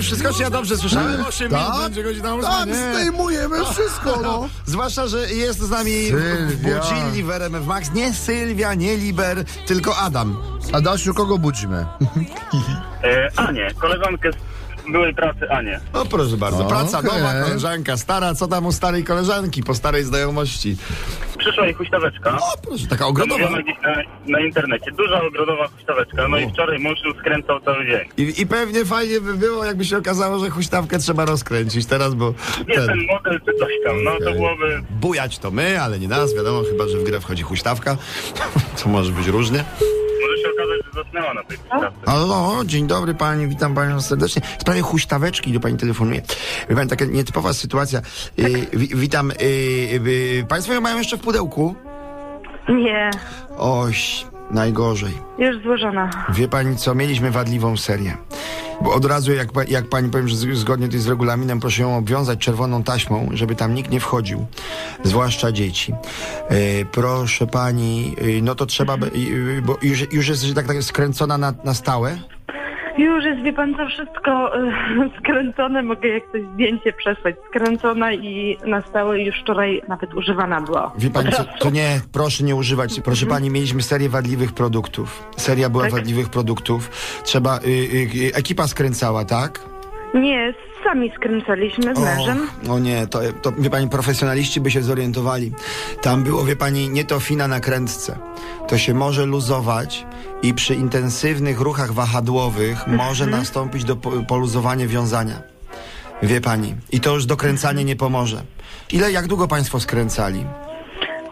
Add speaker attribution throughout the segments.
Speaker 1: wszystko, czy ja dobrze słyszałem? 8 minut
Speaker 2: Tak?
Speaker 1: będzie godzina 8.
Speaker 3: Tam
Speaker 1: nie.
Speaker 3: zdejmujemy wszystko, no.
Speaker 1: Zwłaszcza, że jest z nami
Speaker 2: Sylwia.
Speaker 1: budzili w RMF Max. Nie Sylwia, nie Liber, tylko Adam.
Speaker 2: Adasiu, kogo budzimy?
Speaker 4: E, Anię, koleżankę z byłej pracy Anię.
Speaker 1: No proszę bardzo,
Speaker 2: O,
Speaker 1: praca
Speaker 2: okej.
Speaker 1: nowa, koleżanka stara, co tam u starej koleżanki po starej znajomości?
Speaker 4: Przyszła jej huśtaweczka.
Speaker 1: O proszę, taka ogrodowa.
Speaker 4: Mówiono gdzieś na, na internecie. Duża ogrodowa huśtaweczka. No i wczoraj mąż ją skręcał cały dzień.
Speaker 1: I, I pewnie fajnie by było, jakby się okazało, że huśtawkę trzeba rozkręcić teraz, bo
Speaker 4: Nie ten,
Speaker 1: ten,
Speaker 4: model czy coś tam, no to
Speaker 1: Okej.
Speaker 4: byłoby...
Speaker 1: bujać to my, ale nie nas, wiadomo, chyba, że w grę wchodzi huśtawka, co może być różnie.
Speaker 4: Może się okazać, że zasnęła na tej huśtawce.
Speaker 1: Halo, dzień dobry pani, witam panią serdecznie. W sprawie huśtaweczki do pani telefonuje. Wie pani, taka nietypowa sytuacja. Y, wi- witam. Y, y, państwo ją mają jeszcze w pudełku?
Speaker 5: Nie,
Speaker 1: Oś, najgorzej.
Speaker 5: już złożona.
Speaker 1: Wie pani co, mieliśmy wadliwą serię. Bo od razu, jak, pa- jak pani powiem, że z- zgodnie tutaj z regulaminem, proszę ją obwiązać czerwoną taśmą, żeby tam nikt nie wchodził, zwłaszcza dzieci. E, proszę pani, e, no to trzeba, by- i- i- bo już, już jest że tak, tak skręcona na, na stałe.
Speaker 5: Już jest, wie pan, to wszystko y, skręcone. Mogę jak coś zdjęcie przesłać. Skręcona i na stałe już wczoraj nawet używana była.
Speaker 1: Wie pani, co, to nie, proszę nie używać. Proszę pani, mieliśmy serię wadliwych produktów. Seria była
Speaker 5: Tak.
Speaker 1: wadliwych produktów. Trzeba, y, y, y, ekipa skręcała, tak?
Speaker 5: Nie, sami skręcaliśmy z mężem.
Speaker 1: O, o nie, to, to wie pani, profesjonaliści by się zorientowali. Tam było, wie pani, nie to fina na krętce. To się może luzować i przy intensywnych ruchach wahadłowych może
Speaker 5: Mhm.
Speaker 1: nastąpić do po- poluzowanie wiązania. Wie pani. I to już dokręcanie nie pomoże. Ile, jak długo państwo skręcali?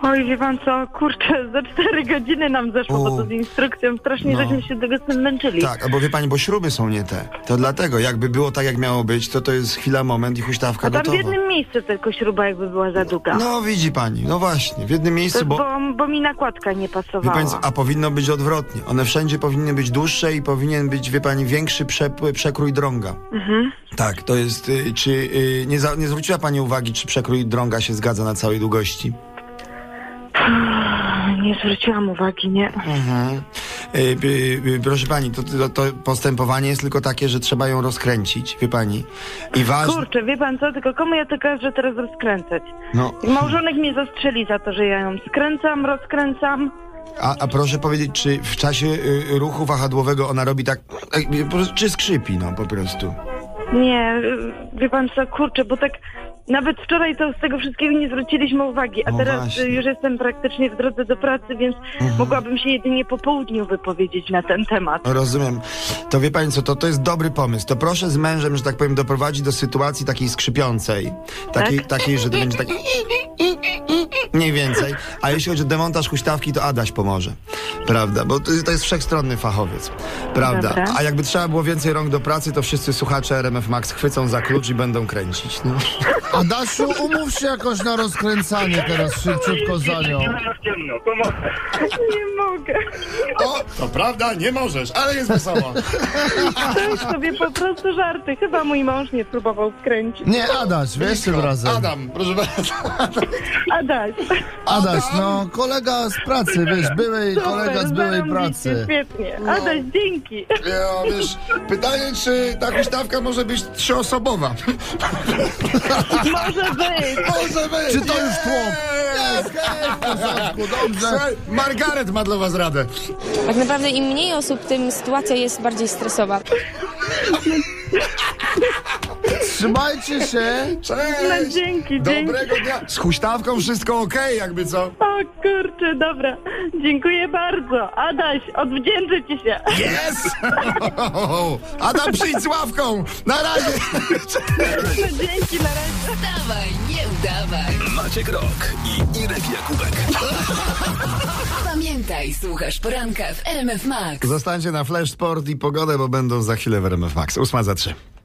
Speaker 5: Oj, wie pan co, kurczę, za cztery godziny nam zeszło, bo
Speaker 1: U.
Speaker 5: to z instrukcją strasznie
Speaker 1: No.
Speaker 5: żeśmy się tego z tym męczyli.
Speaker 1: Tak, bo wie pani, bo śruby są nie te. To dlatego, jakby było tak, jak miało być, to to jest chwila, moment i huśtawka
Speaker 5: A tam w
Speaker 1: gotowa.
Speaker 5: jednym miejscu tylko śruba jakby była za długa.
Speaker 1: No widzi pani, no właśnie, w jednym
Speaker 5: to,
Speaker 1: miejscu,
Speaker 5: bo...
Speaker 1: bo...
Speaker 5: Bo, mi nakładka nie
Speaker 1: Wie
Speaker 5: pasowała.
Speaker 1: pani, co, a powinno być odwrotnie. One wszędzie powinny być dłuższe i powinien być, wie pani, większy przep- przekrój drąga.
Speaker 5: Mhm.
Speaker 1: Tak, to jest. Y, czy y, nie, za, nie zwróciła pani uwagi, czy przekrój drąga się zgadza na całej długości?
Speaker 5: Nie zwróciłam uwagi, nie.
Speaker 1: Mhm. Y, y, y, proszę pani, to, to, to postępowanie jest tylko takie, że trzeba ją rozkręcić, wie pani. I ważne.
Speaker 5: Kurczę, wie pan co, tylko komu ja to każę teraz rozkręcać?
Speaker 1: No,
Speaker 5: Małżonek mnie zastrzeli za to, że ja ją skręcam, rozkręcam.
Speaker 1: a, a proszę powiedzieć, czy w czasie y, ruchu wahadłowego ona robi tak. y, y, Czy skrzypi, no po prostu.
Speaker 5: Nie, y, wie pan co, kurczę, bo tak nawet wczoraj to z tego wszystkiego nie zwróciliśmy uwagi, a
Speaker 1: No
Speaker 5: teraz
Speaker 1: właśnie.
Speaker 5: y, już jestem praktycznie w drodze do pracy, więc
Speaker 2: Mhm.
Speaker 5: mogłabym się jedynie po południu wypowiedzieć na ten temat.
Speaker 1: No, Rozumiem. To wie pani co, to, to jest dobry pomysł. To proszę z mężem, że tak powiem, doprowadzić do sytuacji takiej skrzypiącej. Takiej, takiej że to będzie tak... Mniej więcej. A jeśli chodzi o demontaż huśtawki, to Adaś pomoże. Prawda? Bo to, to jest wszechstronny fachowiec. Prawda?
Speaker 5: Dobra.
Speaker 1: A jakby trzeba było więcej rąk do pracy, to wszyscy słuchacze RMF Max chwycą za klucz i będą kręcić. No.
Speaker 2: Adasiu, umów się jakoś na rozkręcanie teraz szybciutko za nią.
Speaker 4: w ciemno, pomoże.
Speaker 5: Nie mogę.
Speaker 1: O, to prawda, nie możesz, ale jest wesoło.
Speaker 5: To już sobie po prostu żarty. Chyba mój mąż nie próbował skręcić.
Speaker 2: Nie, Adaś, wiesz tym razem.
Speaker 1: Adam, proszę bardzo.
Speaker 5: A daj.
Speaker 2: Adaś, no, kolega z pracy, wiesz, byłej, kolega z byłej
Speaker 5: zarąbiście,
Speaker 2: pracy.
Speaker 5: Świetnie. A daj, dzięki.
Speaker 1: Ja, wiesz, pytanie, czy ta huśtawka może być trzyosobowa?
Speaker 5: Może być.
Speaker 1: Może być!
Speaker 2: Czy to już tłok?
Speaker 1: Jest,
Speaker 2: W porządku, Dobrze.
Speaker 1: Słuchaj, Margaret ma dla was radę.
Speaker 6: Tak naprawdę im mniej osób, tym sytuacja jest bardziej stresowa.
Speaker 2: Trzymajcie się.
Speaker 5: No,
Speaker 1: Cześć!
Speaker 5: dzięki, dzięki.
Speaker 1: Dobrego dnia! Z huśtawką wszystko okej, jakby co?
Speaker 5: O kurczę, dobra. Dziękuję bardzo. Adaś, odwdzięczę ci się.
Speaker 1: Jest! Adam, przyjdź z ławką! Na razie!
Speaker 5: Dzięki, na razie.
Speaker 7: Wstawaj, nie udawaj.
Speaker 8: Maciek Rok i Irek Jakubek.
Speaker 7: Pamiętaj, słuchasz poranka w RMF Max.
Speaker 1: Zostańcie na Flash Sport i pogodę, bo będą za chwilę w RMF Max. Ósma za trzy.